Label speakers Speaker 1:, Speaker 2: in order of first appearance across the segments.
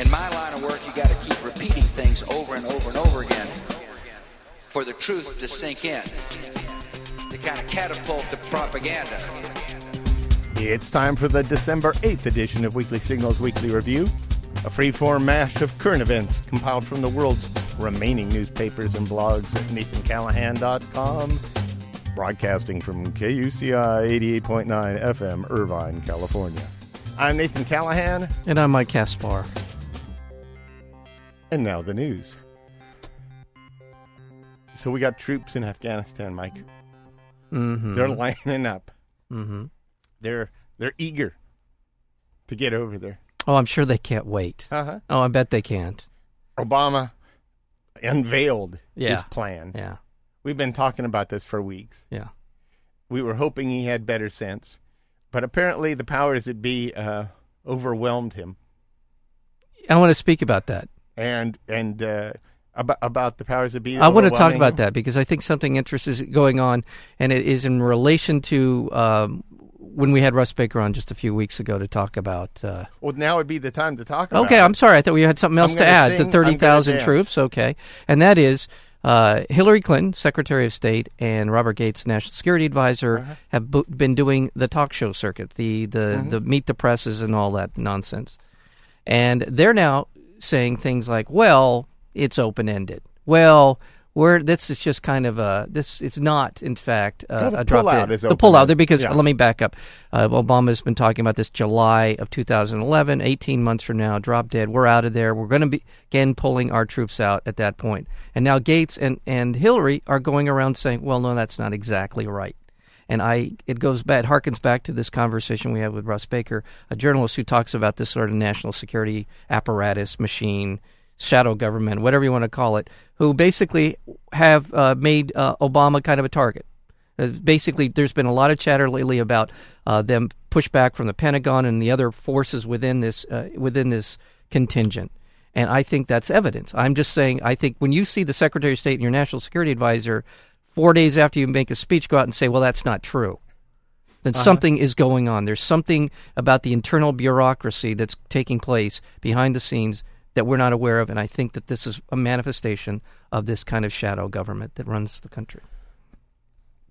Speaker 1: In my line of work, you got to keep repeating things over and over and over again for the truth to sink in, to kind of catapult the propaganda.
Speaker 2: It's time for the December 8th edition of Weekly Signals Weekly Review, a free-form mash of current events compiled from the world's remaining newspapers and blogs at nathancallahan.com, broadcasting from KUCI 88.9 FM, Irvine, California. I'm Nathan Callahan,
Speaker 3: And I'm Mike Caspar.
Speaker 2: and now the news. So we got troops in Afghanistan, Mike.
Speaker 3: Mm-hmm.
Speaker 2: They're lining up.
Speaker 3: mm-hmm.
Speaker 2: They're they're eager to get over there.
Speaker 3: Oh, I'm sure they can't wait.
Speaker 2: Uh-huh.
Speaker 3: Oh, I bet they can't.
Speaker 2: Obama unveiled his
Speaker 3: Yeah.
Speaker 2: plan.
Speaker 3: Yeah,
Speaker 2: We've been talking about this for weeks.
Speaker 3: yeah.
Speaker 2: We were hoping he had better sense, but apparently the powers that be uh, overwhelmed him.
Speaker 3: I want to speak about that.
Speaker 2: And and uh, about about the powers that be.
Speaker 3: I want to talk
Speaker 2: overwhelming
Speaker 3: about
Speaker 2: him.
Speaker 3: that because I think something interesting is going on, and it is in relation to um, when we had Russ Baker on just a few weeks ago to talk about. Uh,
Speaker 2: Well, now would be the time to talk. about
Speaker 3: okay,
Speaker 2: it.
Speaker 3: I'm sorry. I thought we had something else to
Speaker 2: gonna
Speaker 3: add.
Speaker 2: sing, I'm
Speaker 3: the
Speaker 2: gonna
Speaker 3: 30,000
Speaker 2: dance.
Speaker 3: troops, okay. And that is uh, Hillary Clinton, Secretary of State, and Robert Gates, National Security Advisor,
Speaker 2: Uh-huh.
Speaker 3: have bo- been doing the talk show circuit, the, the,
Speaker 2: Mm-hmm.
Speaker 3: the meet the presses and all that nonsense. And they're now saying things like, well, it's open ended. Well, we're, this is just kind of a this. It's not, in fact, uh,
Speaker 2: Well, the
Speaker 3: a drop
Speaker 2: pullout
Speaker 3: dead.
Speaker 2: is
Speaker 3: the pullout.
Speaker 2: open-ended.
Speaker 3: Because
Speaker 2: Yeah.
Speaker 3: let me back up. Uh, Obama's been talking about this July of 2011, 18 months from now, drop dead. We're out of there. We're going to be again pulling our troops out at that point. And now Gates and and Hillary are going around saying, "Well, no, that's not exactly right." And I, it goes back, it harkens back to this conversation we had with Russ Baker, a journalist who talks about this sort of national security apparatus machine shadow government, whatever you want to call it, who basically have uh, made uh, Obama kind of a target. Uh, Basically, there's been a lot of chatter lately about uh, them pushback from the Pentagon and the other forces within this uh, within this contingent, and I think that's evidence. I'm just saying, I think when you see the Secretary of State and your National Security Advisor four days after you make a speech go out and say, "Well, that's not true," then something is going on. There's something about the internal bureaucracy that's taking place behind the scenes that we're not aware of, and I think that this is a manifestation of this kind of shadow government that runs the country.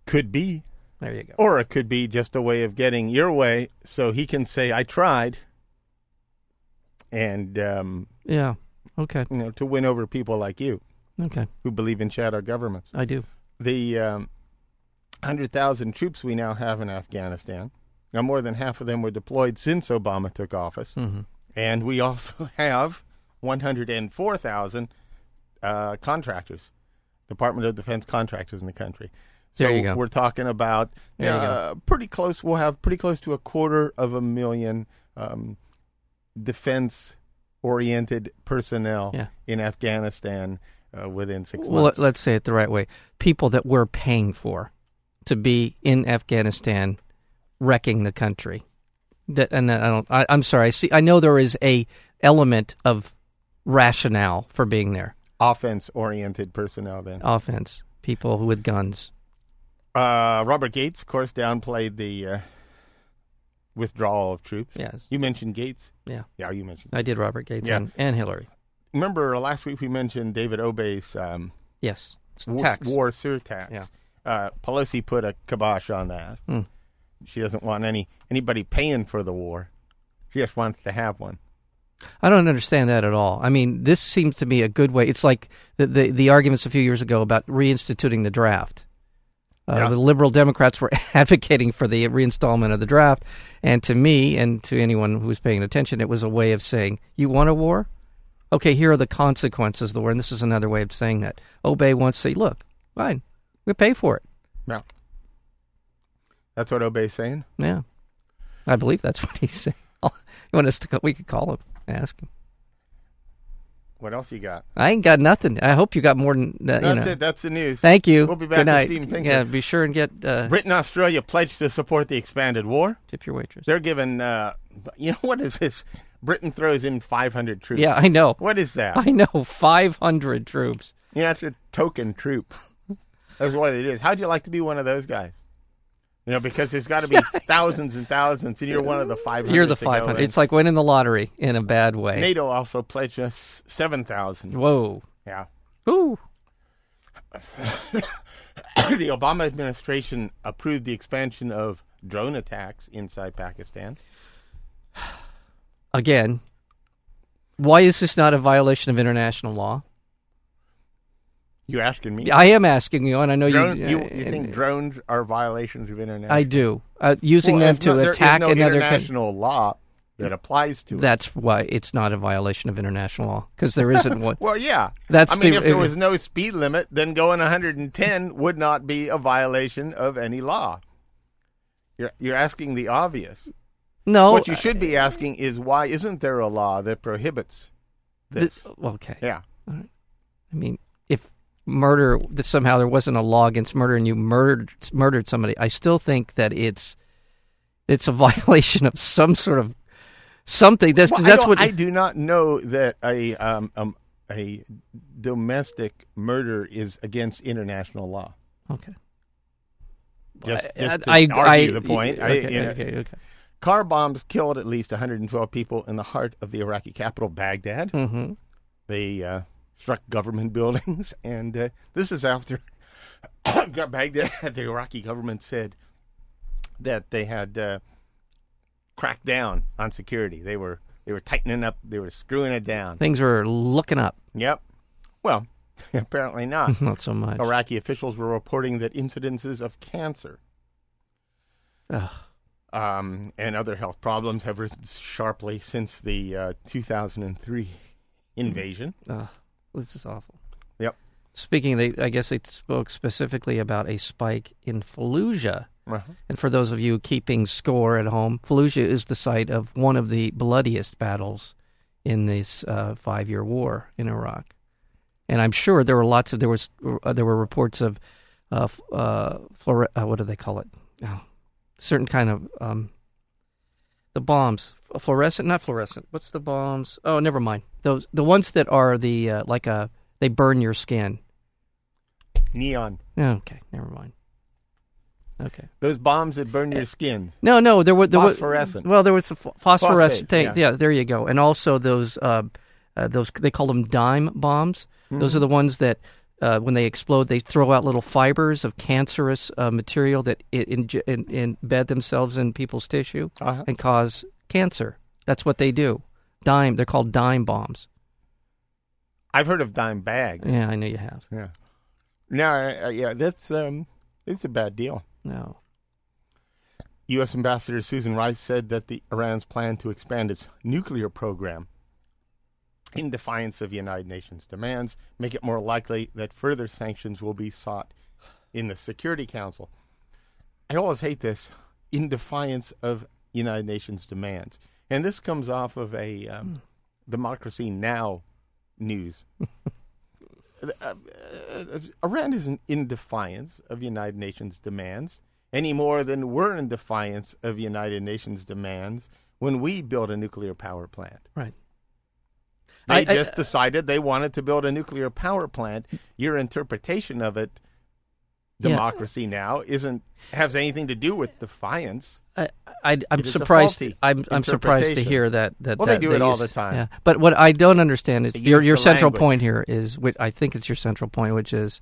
Speaker 2: Could be,
Speaker 3: There you go.
Speaker 2: or it could be just a way of getting your way, so he can say, "I tried," and um,
Speaker 3: Yeah. Okay.
Speaker 2: you know, to win over people like you
Speaker 3: Okay.
Speaker 2: who believe in shadow governments.
Speaker 3: I do.
Speaker 2: the um, 100,000 troops we now have in Afghanistan. Now, more than half of them were deployed since Obama took office.
Speaker 3: Mhm.
Speaker 2: And we also have 104,000 uh, contractors, Department of Defense contractors in the country. So
Speaker 3: There you go.
Speaker 2: we're talking about
Speaker 3: There you go.
Speaker 2: uh, pretty close. We'll have pretty close to a quarter of a million um, defense-oriented personnel
Speaker 3: Yeah.
Speaker 2: in Afghanistan uh, within six
Speaker 3: Well,
Speaker 2: months.
Speaker 3: let- let's say it the right way. People that we're paying for to be in Afghanistan wrecking the country. That and I don't I, I'm sorry. I see I know there is a element of rationale for being there.
Speaker 2: offense oriented personnel then.
Speaker 3: Offense. People who- with guns.
Speaker 2: Uh, Robert Gates, of course, downplayed the uh, withdrawal of troops.
Speaker 3: Yes.
Speaker 2: You mentioned Gates.
Speaker 3: Yeah.
Speaker 2: Yeah, you mentioned.
Speaker 3: I did Robert Gates
Speaker 2: Yeah.
Speaker 3: and, and Hillary.
Speaker 2: Remember last week we mentioned David Obey's um,
Speaker 3: Yes. It's
Speaker 2: war,
Speaker 3: tax.
Speaker 2: war surtax.
Speaker 3: Yeah.
Speaker 2: Uh, Pelosi put a kibosh on that.
Speaker 3: Hmm.
Speaker 2: She doesn't want any anybody paying for the war. She just wants to have one.
Speaker 3: I don't understand that at all. I mean, this seems to be a good way. It's like the the, the arguments a few years ago about reinstituting the draft. Uh,
Speaker 2: Yeah.
Speaker 3: The liberal Democrats were advocating for the reinstallment of the draft, and to me and to anyone who was paying attention, it was a way of saying, "You want a war? Okay, here are the consequences of the war." And this is another way of saying that. Obey wants to say, "Look, fine, we pay for it."
Speaker 2: Yeah. That's what Obey's saying.
Speaker 3: Yeah, I believe that's what he's saying. you want us to? Call, we could call him, ask him.
Speaker 2: What else you got?
Speaker 3: I ain't got nothing. I hope you got more than that. you
Speaker 2: That's
Speaker 3: know.
Speaker 2: it. That's the news.
Speaker 3: Thank you.
Speaker 2: We'll be back
Speaker 3: Good
Speaker 2: with
Speaker 3: night.
Speaker 2: Steven Pinker.
Speaker 3: Yeah, be sure and get uh,
Speaker 2: Britain and Australia pledged to support the expanded war.
Speaker 3: tip your waitress.
Speaker 2: They're giving, uh, you know, what is this? Britain throws in 500 troops.
Speaker 3: Yeah, I know.
Speaker 2: What is that?
Speaker 3: I know. Five hundred troops.
Speaker 2: You know, that's a token troop. That's what it is. How'd you like to be one of those guys? You know, because there's got to be thousands and thousands, and you're one of the 500.
Speaker 3: You're the
Speaker 2: to go
Speaker 3: 500.
Speaker 2: in.
Speaker 3: It's like winning the lottery in a bad way.
Speaker 2: NATO also pledged us 7,000.
Speaker 3: Whoa.
Speaker 2: Yeah.
Speaker 3: Ooh.
Speaker 2: the Obama administration approved the expansion of drone attacks inside Pakistan.
Speaker 3: Again, why is this not a violation of international law?
Speaker 2: You asking me?
Speaker 3: I am asking you, and I know
Speaker 2: Drone,
Speaker 3: you. uh,
Speaker 2: you, you think drones are violations of international?
Speaker 3: I do. Uh, using
Speaker 2: Well,
Speaker 3: them
Speaker 2: it's not-
Speaker 3: to
Speaker 2: there is
Speaker 3: attack
Speaker 2: no
Speaker 3: another country.
Speaker 2: international law that applies to it.
Speaker 3: That's why it's not a violation of international law because there isn't one.
Speaker 2: Well, yeah.
Speaker 3: That's
Speaker 2: I mean,
Speaker 3: the-
Speaker 2: if there
Speaker 3: it-
Speaker 2: was no speed limit, then going 110 would not be a violation of any law. You're you're asking the obvious.
Speaker 3: No. uh,
Speaker 2: what you should be asking is why isn't there a law that prohibits this?
Speaker 3: th- okay.
Speaker 2: yeah.
Speaker 3: I mean, if murder that somehow there wasn't a law against murder and you murdered murdered somebody, I still think that it's it's a violation of some sort of something. That's 'cause
Speaker 2: Well, I
Speaker 3: that's
Speaker 2: don't-
Speaker 3: what
Speaker 2: I do not know that a um, um a domestic murder is against international law.
Speaker 3: okay.
Speaker 2: Just,
Speaker 3: I-
Speaker 2: just to
Speaker 3: uh, I,
Speaker 2: argue
Speaker 3: I-
Speaker 2: the point. I-
Speaker 3: Okay,
Speaker 2: you know,
Speaker 3: okay, okay.
Speaker 2: Car bombs killed at least 112 people in the heart of the Iraqi capital, Baghdad.
Speaker 3: hmm
Speaker 2: They uh, struck government buildings, and uh, this is after Baghdad, the Iraqi government said that they had uh, cracked down on security. They were they were tightening up, they were screwing it down.
Speaker 3: Things are looking up.
Speaker 2: Yep. Well, apparently not.
Speaker 3: Not so much.
Speaker 2: Iraqi officials were reporting that incidences of cancer
Speaker 3: Ugh.
Speaker 2: um, and other health problems have risen sharply since the uh, 2003 invasion.
Speaker 3: Ugh. this is awful.
Speaker 2: Yep.
Speaker 3: Speaking, they I guess they spoke specifically about a spike in Fallujah.
Speaker 2: Uh-huh.
Speaker 3: And for those of you keeping score at home, Fallujah is the site of one of the bloodiest battles in this uh, five-year war in Iraq. And I'm sure there were lots of there was uh, there were reports of uh, f- uh, flore- uh, what do they call it? Oh, certain kind of um, the bombs, F- fluorescent, not fluorescent. What's the bombs? Oh, never mind. Those the ones that are the uh, like a they burn your skin.
Speaker 2: Neon.
Speaker 3: Okay, never mind. Okay.
Speaker 2: Those bombs that burn your skin.
Speaker 3: No, no, there was there was-
Speaker 2: Phosphorescent.
Speaker 3: well, there was the ph-
Speaker 2: Phosphate,
Speaker 3: phosphorescent thing.
Speaker 2: yeah.
Speaker 3: Yeah. there you go. And also those uh, uh, those they call them dime bombs.
Speaker 2: Mm-hmm.
Speaker 3: Those are the ones that uh, when they explode, they throw out little fibers of cancerous uh, material that it inj- in, embed themselves in people's tissue
Speaker 2: Uh-huh.
Speaker 3: and cause cancer. That's what they do. Dime. They're called dime bombs.
Speaker 2: I've heard of dime bags.
Speaker 3: Yeah, I know you have.
Speaker 2: Yeah. No, I- I- yeah, that's um, it's a bad deal.
Speaker 3: No.
Speaker 2: U.S. Ambassador Susan Rice said that the Iran's plan to expand its nuclear program in defiance of United Nations demands make it more likely that further sanctions will be sought in the Security Council. I always hate this in defiance of United Nations demands. And this comes off of a um, Democracy Now! news. Uh, uh, Iran isn't in defiance of United Nations demands any more than we're in defiance of United Nations demands when we build a nuclear power plant.
Speaker 3: Right.
Speaker 2: They
Speaker 3: I- I-
Speaker 2: just decided they wanted to build a nuclear power plant. Your interpretation of it,
Speaker 3: Yeah.
Speaker 2: democracy now, isn't has anything to do with defiance.
Speaker 3: I, I I'm
Speaker 2: It is a
Speaker 3: surprised.
Speaker 2: faulty
Speaker 3: I'm I'm surprised to
Speaker 2: interpretation.
Speaker 3: hear that that.
Speaker 2: Well, they
Speaker 3: that
Speaker 2: do it all
Speaker 3: use-
Speaker 2: the time.
Speaker 3: Yeah. But what I don't understand is
Speaker 2: They
Speaker 3: your
Speaker 2: use
Speaker 3: your
Speaker 2: the
Speaker 3: central
Speaker 2: language.
Speaker 3: point here is which I think it's your central point, which is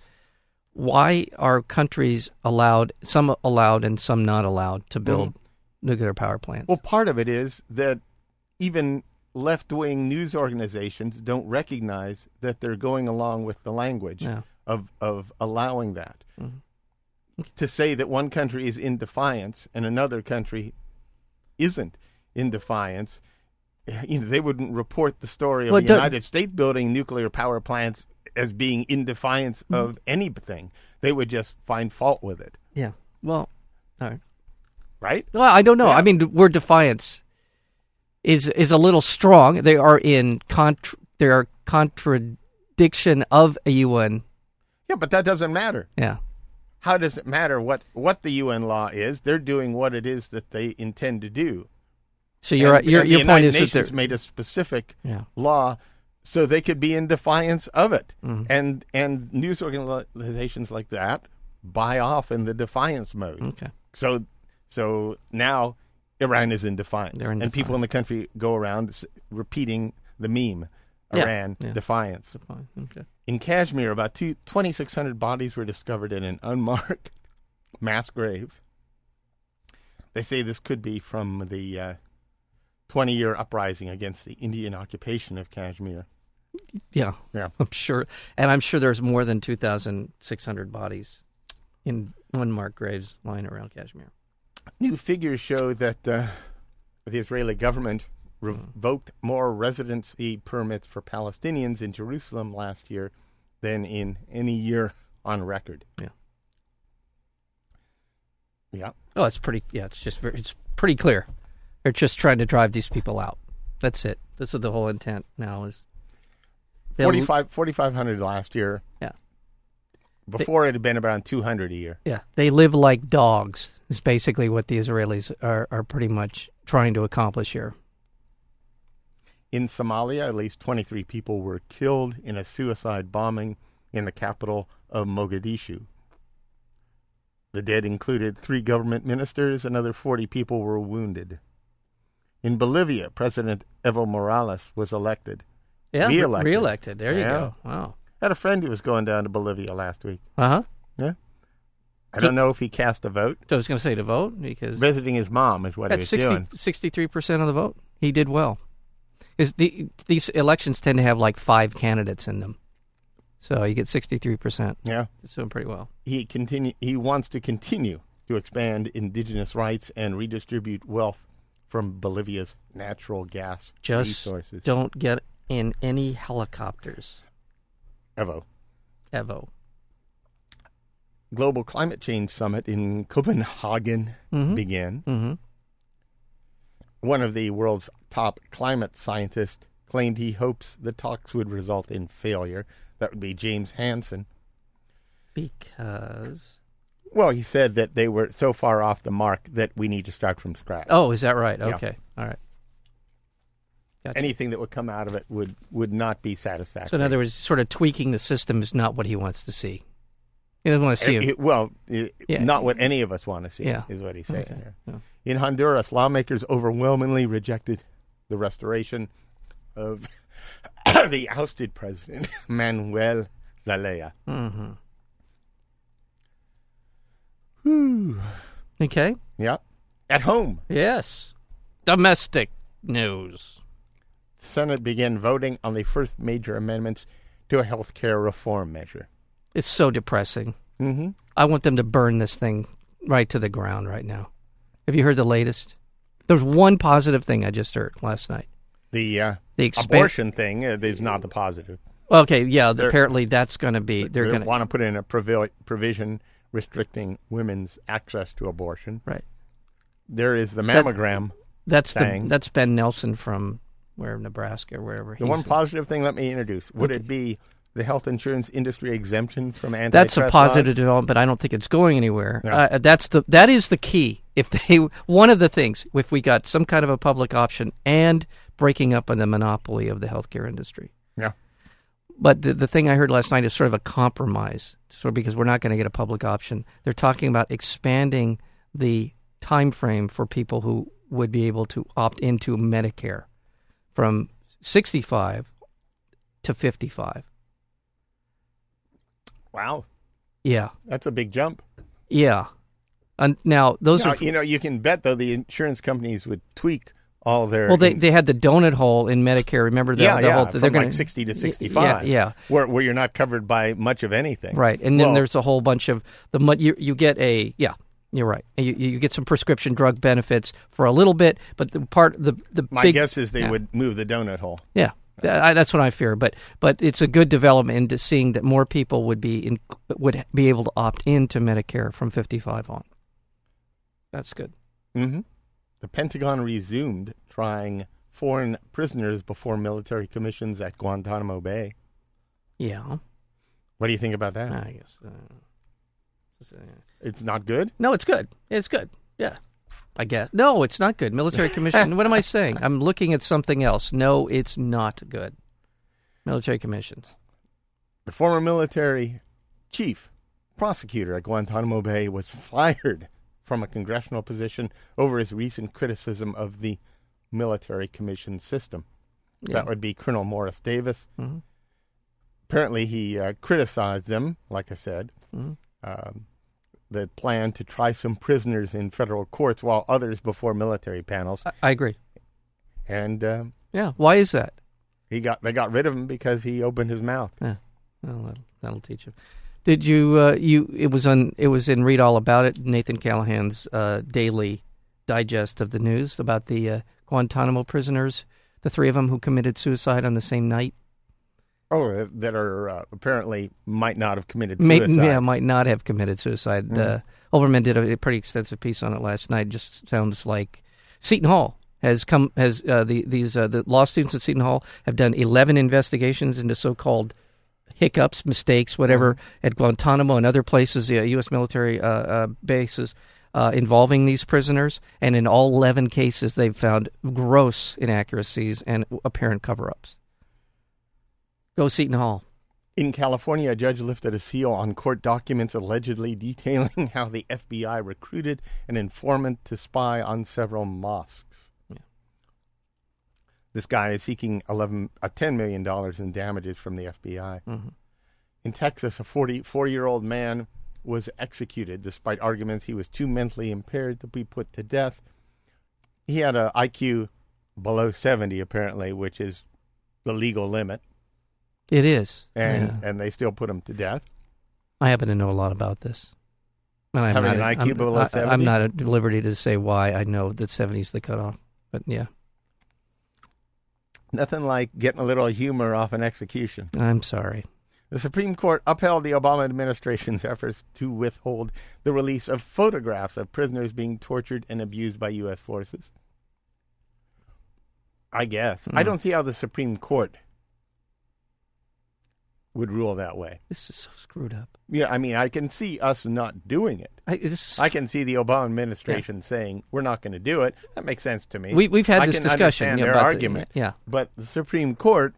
Speaker 3: why are countries allowed some allowed and some not allowed to build nuclear power plants?
Speaker 2: Mm-hmm. Well, part of it is that even left wing news organizations don't recognize that they're going along with the language
Speaker 3: Yeah.
Speaker 2: of, of allowing that.
Speaker 3: Mm-hmm.
Speaker 2: To say that one country is in defiance and another country isn't in defiance, you know, they wouldn't report the story of
Speaker 3: Well,
Speaker 2: the
Speaker 3: don't-
Speaker 2: United States building nuclear power plants as being in defiance
Speaker 3: Mm-hmm.
Speaker 2: of anything. They would just find fault with it,
Speaker 3: yeah. Well, all right.
Speaker 2: right?
Speaker 3: Well, I don't know.
Speaker 2: Yeah.
Speaker 3: I mean, the word defiance is is a little strong. They are in contr they are contradiction of a UN.
Speaker 2: Yeah, but that doesn't matter.
Speaker 3: Yeah.
Speaker 2: how does it matter what, what the UN law is? They're doing what it is that they intend to do.
Speaker 3: So your
Speaker 2: And-
Speaker 3: your
Speaker 2: and
Speaker 3: your
Speaker 2: the
Speaker 3: point
Speaker 2: United
Speaker 3: is that
Speaker 2: Nations
Speaker 3: they're-
Speaker 2: made a specific
Speaker 3: yeah.
Speaker 2: law so they could be in defiance of it,
Speaker 3: Mm-hmm.
Speaker 2: and and news organizations like that buy off in the defiance mode.
Speaker 3: Okay.
Speaker 2: So so now Iran is in defiance,
Speaker 3: They're in
Speaker 2: and people in the country go around s- repeating the meme,
Speaker 3: Yeah,
Speaker 2: Iran
Speaker 3: yeah.
Speaker 2: defiance.
Speaker 3: Fine, okay.
Speaker 2: In Kashmir, about two- 2,600 bodies were discovered in an unmarked mass grave. They say this could be from the uh, 20 year uprising against the Indian occupation of Kashmir.
Speaker 3: Yeah,
Speaker 2: Yeah.
Speaker 3: I'm sure, and I'm sure there's more than 2,600 bodies in unmarked graves lying around Kashmir.
Speaker 2: New figures show that uh, the Israeli government revoked more residency permits for Palestinians in Jerusalem last year than in any year on record.
Speaker 3: Yeah.
Speaker 2: Yeah.
Speaker 3: Oh, it's pretty. Yeah, it's just very, it's pretty clear. They're just trying to drive these people out. That's it. This is the whole intent now. Is they'll-
Speaker 2: 45 4,500 last year.
Speaker 3: Yeah.
Speaker 2: Before it had been around 200 a year.
Speaker 3: Yeah, they live like dogs. Is basically what the Israelis are are pretty much trying to accomplish here.
Speaker 2: In Somalia, at least 23 people were killed in a suicide bombing in the capital of Mogadishu. The dead included three government ministers, another 40 people were wounded. In Bolivia, President Evo Morales was elected.
Speaker 3: Yeah, re-
Speaker 2: Re-elected.
Speaker 3: re-elected. There you
Speaker 2: Yeah.
Speaker 3: go. Wow.
Speaker 2: I had a friend who was going down to Bolivia last week.
Speaker 3: Uh huh.
Speaker 2: Yeah. I
Speaker 3: So-
Speaker 2: don't know if he cast a vote.
Speaker 3: I was going to say to vote because
Speaker 2: Visiting his mom is what he
Speaker 3: at
Speaker 2: was doing.
Speaker 3: 63 percent of the vote, he did well. Is the these elections tend to have like five candidates in them, so you get sixty three percent.
Speaker 2: Yeah.
Speaker 3: It's doing pretty well.
Speaker 2: he continue he wants to continue to expand indigenous rights and redistribute wealth from Bolivia's natural gas
Speaker 3: Just
Speaker 2: resources.
Speaker 3: don't get in any helicopters,
Speaker 2: Evo.
Speaker 3: Evo.
Speaker 2: Global Climate Change Summit in Copenhagen began.
Speaker 3: hmm
Speaker 2: One of the world's top climate scientists claimed he hopes the talks would result in failure. That would be James Hansen.
Speaker 3: Because
Speaker 2: Well, he said that they were so far off the mark that we need to start from scratch.
Speaker 3: oh, is that right?
Speaker 2: Yeah.
Speaker 3: Okay, all right. Gotcha.
Speaker 2: Anything that would come out of it would, would not be satisfactory.
Speaker 3: so in other words, sort of tweaking the system is not what he wants to see. He doesn't want to see
Speaker 2: It-
Speaker 3: him.
Speaker 2: Eh, it- well, it-
Speaker 3: Yeah.
Speaker 2: not what any of us want to see,
Speaker 3: Yeah.
Speaker 2: is what he's saying
Speaker 3: Okay.
Speaker 2: there.
Speaker 3: Yeah.
Speaker 2: In Honduras, lawmakers overwhelmingly rejected the restoration of the ousted president, Manuel Zelaya.
Speaker 3: hmm
Speaker 2: Whew.
Speaker 3: Okay.
Speaker 2: Yeah. At home,
Speaker 3: Yes. Domestic news.
Speaker 2: the Senate began voting on the first major amendments to a health care reform measure.
Speaker 3: It's so depressing.
Speaker 2: hmm
Speaker 3: I want them to burn this thing right to the ground right now. Have you heard the latest? There's one positive thing I just heard last night.
Speaker 2: The, uh,
Speaker 3: The expan-
Speaker 2: abortion thing uh, is not the positive.
Speaker 3: Okay, yeah.
Speaker 2: They're-
Speaker 3: apparently, that's going to be they're
Speaker 2: they
Speaker 3: going to
Speaker 2: want to put in a provi- provision restricting women's access to abortion.
Speaker 3: right.
Speaker 2: There is the mammogram.
Speaker 3: That's the
Speaker 2: Thing.
Speaker 3: that's Ben Nelson from where Nebraska, wherever.
Speaker 2: The
Speaker 3: he's-
Speaker 2: one positive thing, let me introduce. Would
Speaker 3: Okay.
Speaker 2: it be the health insurance industry exemption from antitrust?
Speaker 3: that's a positive development. I don't think it's going anywhere.
Speaker 2: No.
Speaker 3: Uh, that's the that is the key. If they one of the things if we got some kind of a public option and breaking up on the monopoly of the healthcare industry.
Speaker 2: Laws?
Speaker 3: But the, the thing I heard last night is sort of a compromise, sort of because we're not going to get a public option. They're talking about expanding the time frame for people who would be able to opt into Medicare from 65 to 55.
Speaker 2: Yeah. Wow.
Speaker 3: Yeah,
Speaker 2: That's a big jump.
Speaker 3: yeah. And now those
Speaker 2: Now,
Speaker 3: are
Speaker 2: you know, you can bet, though, the insurance companies would tweak all their.
Speaker 3: well. They they had the donut hole in Medicare. Remember the,
Speaker 2: yeah,
Speaker 3: the
Speaker 2: yeah,
Speaker 3: whole
Speaker 2: from
Speaker 3: they're gonna,
Speaker 2: like 60 to
Speaker 3: Yeah,
Speaker 2: 65.
Speaker 3: Yeah, yeah.
Speaker 2: Where, where you're not covered by much of anything.
Speaker 3: Right, and then
Speaker 2: Well,
Speaker 3: there's a whole bunch of the mon- you you get a yeah. You're right. And You, you get some prescription drug benefits for a little bit, but the part the the
Speaker 2: My
Speaker 3: big,
Speaker 2: guess is they
Speaker 3: yeah.
Speaker 2: would move the donut hole.
Speaker 3: yeah. That- I, that's what I fear, but but it's a good development into seeing that more people would be in, would be able to opt into Medicare from 55 on. That's good.
Speaker 2: hmm The Pentagon resumed trying foreign prisoners before military commissions at Guantanamo Bay.
Speaker 3: Yeah,
Speaker 2: What do you think about that?
Speaker 3: I guess. Uh, so-
Speaker 2: It's not good?
Speaker 3: no, it's good. It's good. Yeah, I guess. No, it's not good. Military commission. what am I saying? I'm looking at something else. No, it's not good. Military commissions.
Speaker 2: The former military chief prosecutor at Guantanamo Bay was fired from a congressional position over his recent criticism of the military commission system.
Speaker 3: Yeah.
Speaker 2: That would be Colonel Morris Davis.
Speaker 3: Mhm.
Speaker 2: Apparently, he uh, criticized them, like I said,
Speaker 3: Mhm.
Speaker 2: um, the plan to try some prisoners in federal courts while others before military panels.
Speaker 3: I, I agree.
Speaker 2: And um
Speaker 3: Yeah. Why is that?
Speaker 2: he got they got rid of him because he opened his mouth.
Speaker 3: Yeah. Well, that'll, that'll teach him. Did you? Uh, you? It was on. It was in read all about it. Nathan Callahan's uh, daily digest of the news about the uh, Guantanamo prisoners, the three of them who committed suicide on the same night.
Speaker 2: Oh, that are uh, apparently might not have committed
Speaker 3: May-
Speaker 2: suicide. Mm.
Speaker 3: yeah, might not have committed suicide. Uh, Olbermann did a, a pretty extensive piece on it last night. Just sounds like Seton Hall has come has uh, the these uh, the law students at Seton Hall have done eleven investigations into so-called hiccups, mistakes, whatever
Speaker 2: Mm-hmm.
Speaker 3: at Guantanamo and other places, uh, U.S. military uh, uh, bases. Uh, involving these prisoners, and in all 11 cases, they've found gross inaccuracies and apparent cover ups. Go Seton Hall.
Speaker 2: In California, a judge lifted a seal on court documents allegedly detailing how the FBI recruited an informant to spy on several mosques.
Speaker 3: Yeah.
Speaker 2: This guy is seeking 11, uh, $10 million in damages from the FBI.
Speaker 3: Mhm.
Speaker 2: In Texas, a 44 year old man was executed despite arguments he was too mentally impaired to be put to death. He had a IQ below 70, apparently, which is the legal limit,
Speaker 3: It is.
Speaker 2: and,
Speaker 3: Yeah.
Speaker 2: and they still put him to death.
Speaker 3: I happen to know a lot about this. And I'm
Speaker 2: Having
Speaker 3: not,
Speaker 2: an IQ
Speaker 3: I'm-
Speaker 2: below
Speaker 3: I-
Speaker 2: 70?
Speaker 3: I'm not at liberty to say why I know that 70 is the cutoff. But yeah,
Speaker 2: Nothing like getting a little humor off an execution.
Speaker 3: I'm sorry.
Speaker 2: The Supreme Court upheld the Obama administration's efforts to withhold the release of photographs of prisoners being tortured and abused by U.S. forces. I guess. I
Speaker 3: Hmm.
Speaker 2: don't see how the Supreme Court would rule that way.
Speaker 3: This is so screwed up.
Speaker 2: Yeah, I mean, I can see us not doing it.
Speaker 3: I, this is,
Speaker 2: I can see the Obama administration saying, we're not going to do it. That makes sense to me.
Speaker 3: we, we've had
Speaker 2: I
Speaker 3: this
Speaker 2: can
Speaker 3: discussion.
Speaker 2: understand
Speaker 3: yeah,
Speaker 2: their
Speaker 3: about the-
Speaker 2: argument
Speaker 3: yeah.
Speaker 2: but the Supreme Court,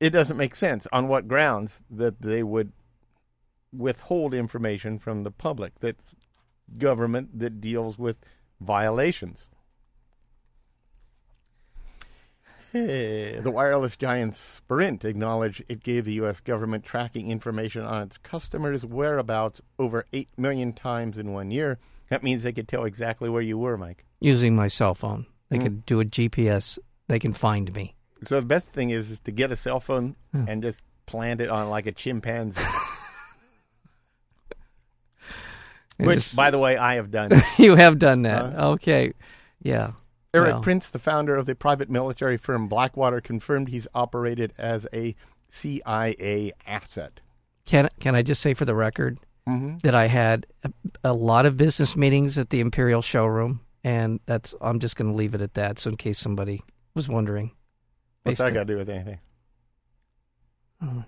Speaker 2: it doesn't make sense on what grounds that they would withhold information from the public. That's government that deals with violations. Eh, The wireless giant Sprint acknowledged it gave the U.S. government tracking information on its customers' whereabouts over 8 million times in one year. That means they could tell exactly where you were, Mike.
Speaker 3: Using my cell phone. They
Speaker 2: Mm-hmm.
Speaker 3: could do a GPS. They can find me.
Speaker 2: So the best thing is, is to get a cell phone
Speaker 3: Hmm.
Speaker 2: and just plant it on like a chimpanzee.
Speaker 3: It
Speaker 2: which,
Speaker 3: is-
Speaker 2: by the way, I have done.
Speaker 3: you have done that.
Speaker 2: Huh?
Speaker 3: okay. Yeah.
Speaker 2: Eric
Speaker 3: Well,
Speaker 2: Prince, the founder of the private military firm Blackwater, confirmed he's operated as a CIA asset.
Speaker 3: Can, can I just say for the record
Speaker 2: Mm-hmm.
Speaker 3: that I had a, a lot of business meetings at the Imperial showroom, and that's I'm just going to leave it at that. So in case somebody was wondering,
Speaker 2: What's that
Speaker 3: Based-
Speaker 2: got to do with anything?
Speaker 3: Oh,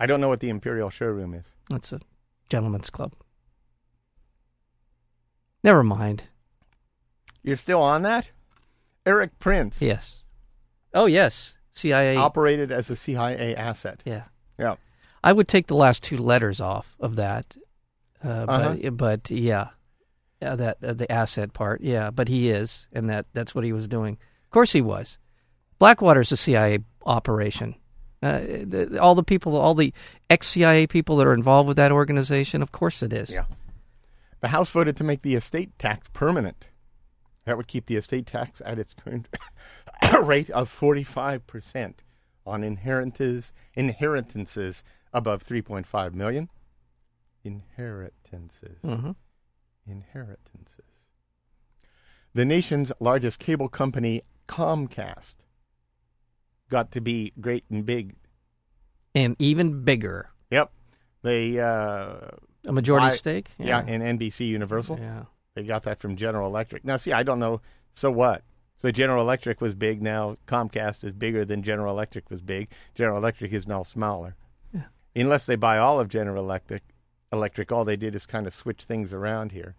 Speaker 2: I don't know what the Imperial showroom is.
Speaker 3: that's a gentleman's club. Never mind.
Speaker 2: You're still on that? Eric Prince
Speaker 3: Yes. Oh yes, CIA.
Speaker 2: operated as a CIA asset.
Speaker 3: yeah,
Speaker 2: Yeah.
Speaker 3: I would take the last two letters off of that, uh,
Speaker 2: Uh-huh.
Speaker 3: but but yeah, yeah that uh, the asset part. Yeah, but he is, and that that's what he was doing. Of course, he was. Blackwater's a CIA operation. Uh, the, all the people, all the ex-CIA people that are involved with that organization, of course it is.
Speaker 2: Yeah. The House voted to make the estate tax permanent. That would keep the estate tax at its current rate of 45% on inheritances, inheritances above 3.5 million. Inheritances.
Speaker 3: hmm
Speaker 2: Inheritances. The nation's largest cable company, Comcast, got to be great and big.
Speaker 3: And even bigger,
Speaker 2: Yep. They, uh,
Speaker 3: a majority
Speaker 2: I-
Speaker 3: stake.
Speaker 2: yeah, and NBC Universal.
Speaker 3: Yeah.
Speaker 2: They got that from General Electric. Now, see, I don't know. So what? So General Electric was big. Now Comcast is bigger than General Electric was big. General Electric is now smaller.
Speaker 3: Yeah.
Speaker 2: Unless they buy all of General Electric, Electric, all they did is kind of switch things around here.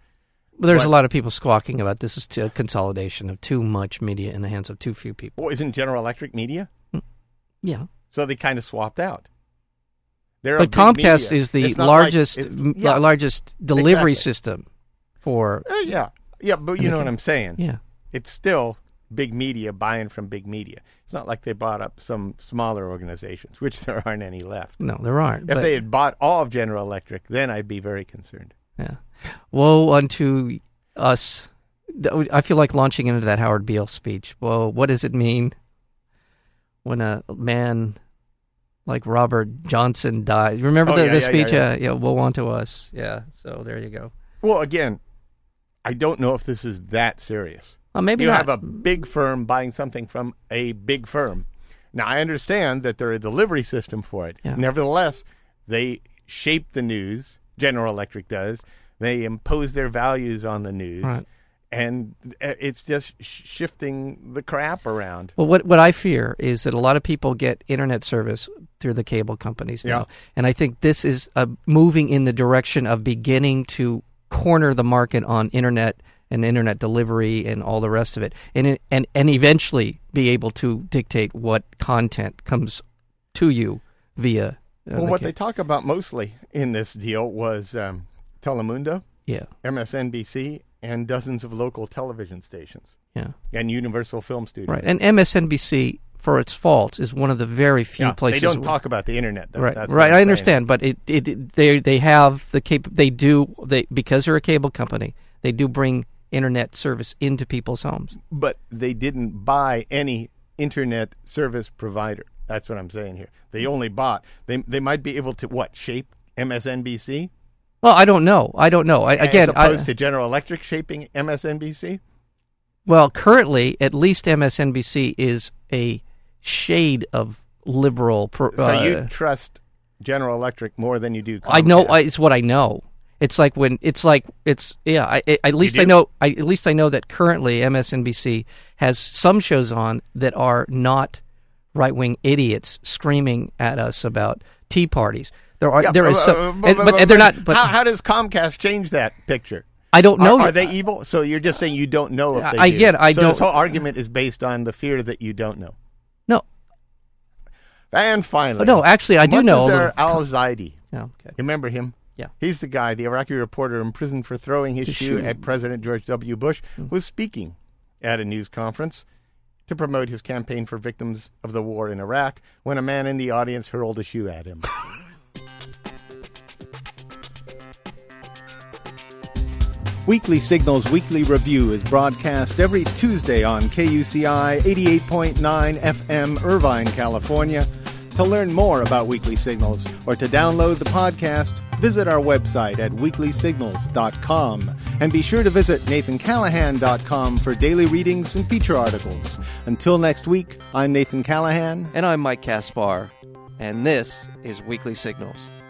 Speaker 3: But there's a
Speaker 2: But-
Speaker 3: lot of people squawking about this is t- a consolidation of too much media in the hands of too few people.
Speaker 2: Well, isn't General Electric media?
Speaker 3: Yeah.
Speaker 2: So they kind of swapped out. They're a
Speaker 3: but
Speaker 2: big
Speaker 3: Comcast
Speaker 2: media.
Speaker 3: is the
Speaker 2: It's not like-
Speaker 3: largest
Speaker 2: it's-
Speaker 3: m-
Speaker 2: yeah.
Speaker 3: largest delivery
Speaker 2: Exactly.
Speaker 3: system for
Speaker 2: Uh, yeah, yeah, but you know what I'm saying.
Speaker 3: yeah.
Speaker 2: it's still big media buying from big media. It's not like they bought up some smaller organizations, which there aren't any left.
Speaker 3: No, there aren't.
Speaker 2: If
Speaker 3: but-
Speaker 2: they had bought all of General Electric, then I'd be very concerned.
Speaker 3: Yeah. Woe unto us. Th- oh, I feel like launching into that Howard Beale speech. Whoa, what does it mean when a man like Robert Johnson dies? Remember
Speaker 2: Oh,
Speaker 3: the,
Speaker 2: yeah,
Speaker 3: the
Speaker 2: yeah, yeah,
Speaker 3: speech?
Speaker 2: yeah.
Speaker 3: Uh, yeah, woe unto us. Yeah, so there you go.
Speaker 2: Well, again, I don't know if this is that serious.
Speaker 3: Well, maybe
Speaker 2: you
Speaker 3: not.
Speaker 2: have a big firm buying something from a big firm. Now, I understand that there are a delivery system for it.
Speaker 3: Yeah.
Speaker 2: Nevertheless, they shape the news. General Electric does. They impose their values on the news.
Speaker 3: Right.
Speaker 2: And uh, it's just sh- shifting the crap around.
Speaker 3: Well, what what I fear is that a lot of people get internet service through the cable companies now,
Speaker 2: Yeah.
Speaker 3: and I think this is uh, moving in the direction of beginning to corner the market on internet and internet delivery and all the rest of it, and it- and and eventually be able to dictate what content comes to you via. uh,
Speaker 2: Well,
Speaker 3: the
Speaker 2: what
Speaker 3: ca-
Speaker 2: they talk about mostly in this deal was um, Telemundo,
Speaker 3: yeah
Speaker 2: MSNBC, and dozens of local television stations
Speaker 3: yeah
Speaker 2: and Universal Film Studios.
Speaker 3: right, and MSNBC for its faults is one of the very few
Speaker 2: Yeah,
Speaker 3: places
Speaker 2: they don't
Speaker 3: where-
Speaker 2: talk about the internet, though.
Speaker 3: right,
Speaker 2: That's what
Speaker 3: right.
Speaker 2: I'm
Speaker 3: I
Speaker 2: saying.
Speaker 3: understand, but it, it, it- they they have the cap. They do they because they're a cable company. They do bring internet service into people's homes.
Speaker 2: but they didn't buy any internet service provider. That's what I'm saying here.
Speaker 3: Hmm.
Speaker 2: They only bought. They they might be able to what shape MSNBC
Speaker 3: Well, I don't know. I don't know. I,
Speaker 2: as
Speaker 3: again, I-
Speaker 2: opposed to General Electric shaping MSNBC.
Speaker 3: well, currently at least MSNBC is a shade of liberal. Pro,
Speaker 2: So you
Speaker 3: uh,
Speaker 2: trust General Electric more than you do.
Speaker 3: I know.
Speaker 2: Comcast.
Speaker 3: I, it's what I know. It's like when it's like it's yeah. I, I, at least I
Speaker 2: do?
Speaker 3: know. I, at least I know that currently MSNBC has some shows on that are not right wing idiots screaming at us about tea parties. There are
Speaker 2: Yeah,
Speaker 3: there is
Speaker 2: uh,
Speaker 3: some,
Speaker 2: uh,
Speaker 3: and- but, and they're not. But
Speaker 2: how, how does Comcast change that picture?
Speaker 3: I don't know.
Speaker 2: Are, are
Speaker 3: yet.
Speaker 2: they evil? So you're just saying you don't know if they
Speaker 3: I-
Speaker 2: do.
Speaker 3: again, I
Speaker 2: so this
Speaker 3: don't-
Speaker 2: whole argument is based on the fear that you don't know.
Speaker 3: No,
Speaker 2: And finally,
Speaker 3: no. Actually, I do know. a
Speaker 2: Muntazir
Speaker 3: little-
Speaker 2: Al-Zaidi.
Speaker 3: Yeah, Oh, okay.
Speaker 2: Remember him?
Speaker 3: Yeah.
Speaker 2: He's the guy, the Iraqi reporter imprisoned for throwing his
Speaker 3: His
Speaker 2: shoe, Mm.
Speaker 3: shoe.
Speaker 2: at President George W. Bush, was speaking at a news conference to promote his campaign for victims of the war in Iraq when a man in the audience hurled a shoe at him. Weekly Signals Weekly Review is broadcast every Tuesday on KUCI 88.9 FM, Irvine, California. To learn more about Weekly Signals or to download the podcast, visit our website at weeklysignals.com. And be sure to visit nathancallahan.com for daily readings and feature articles. Until next week, I'm Nathan Callahan.
Speaker 3: And I'm Mike Caspar, and this is Weekly Signals.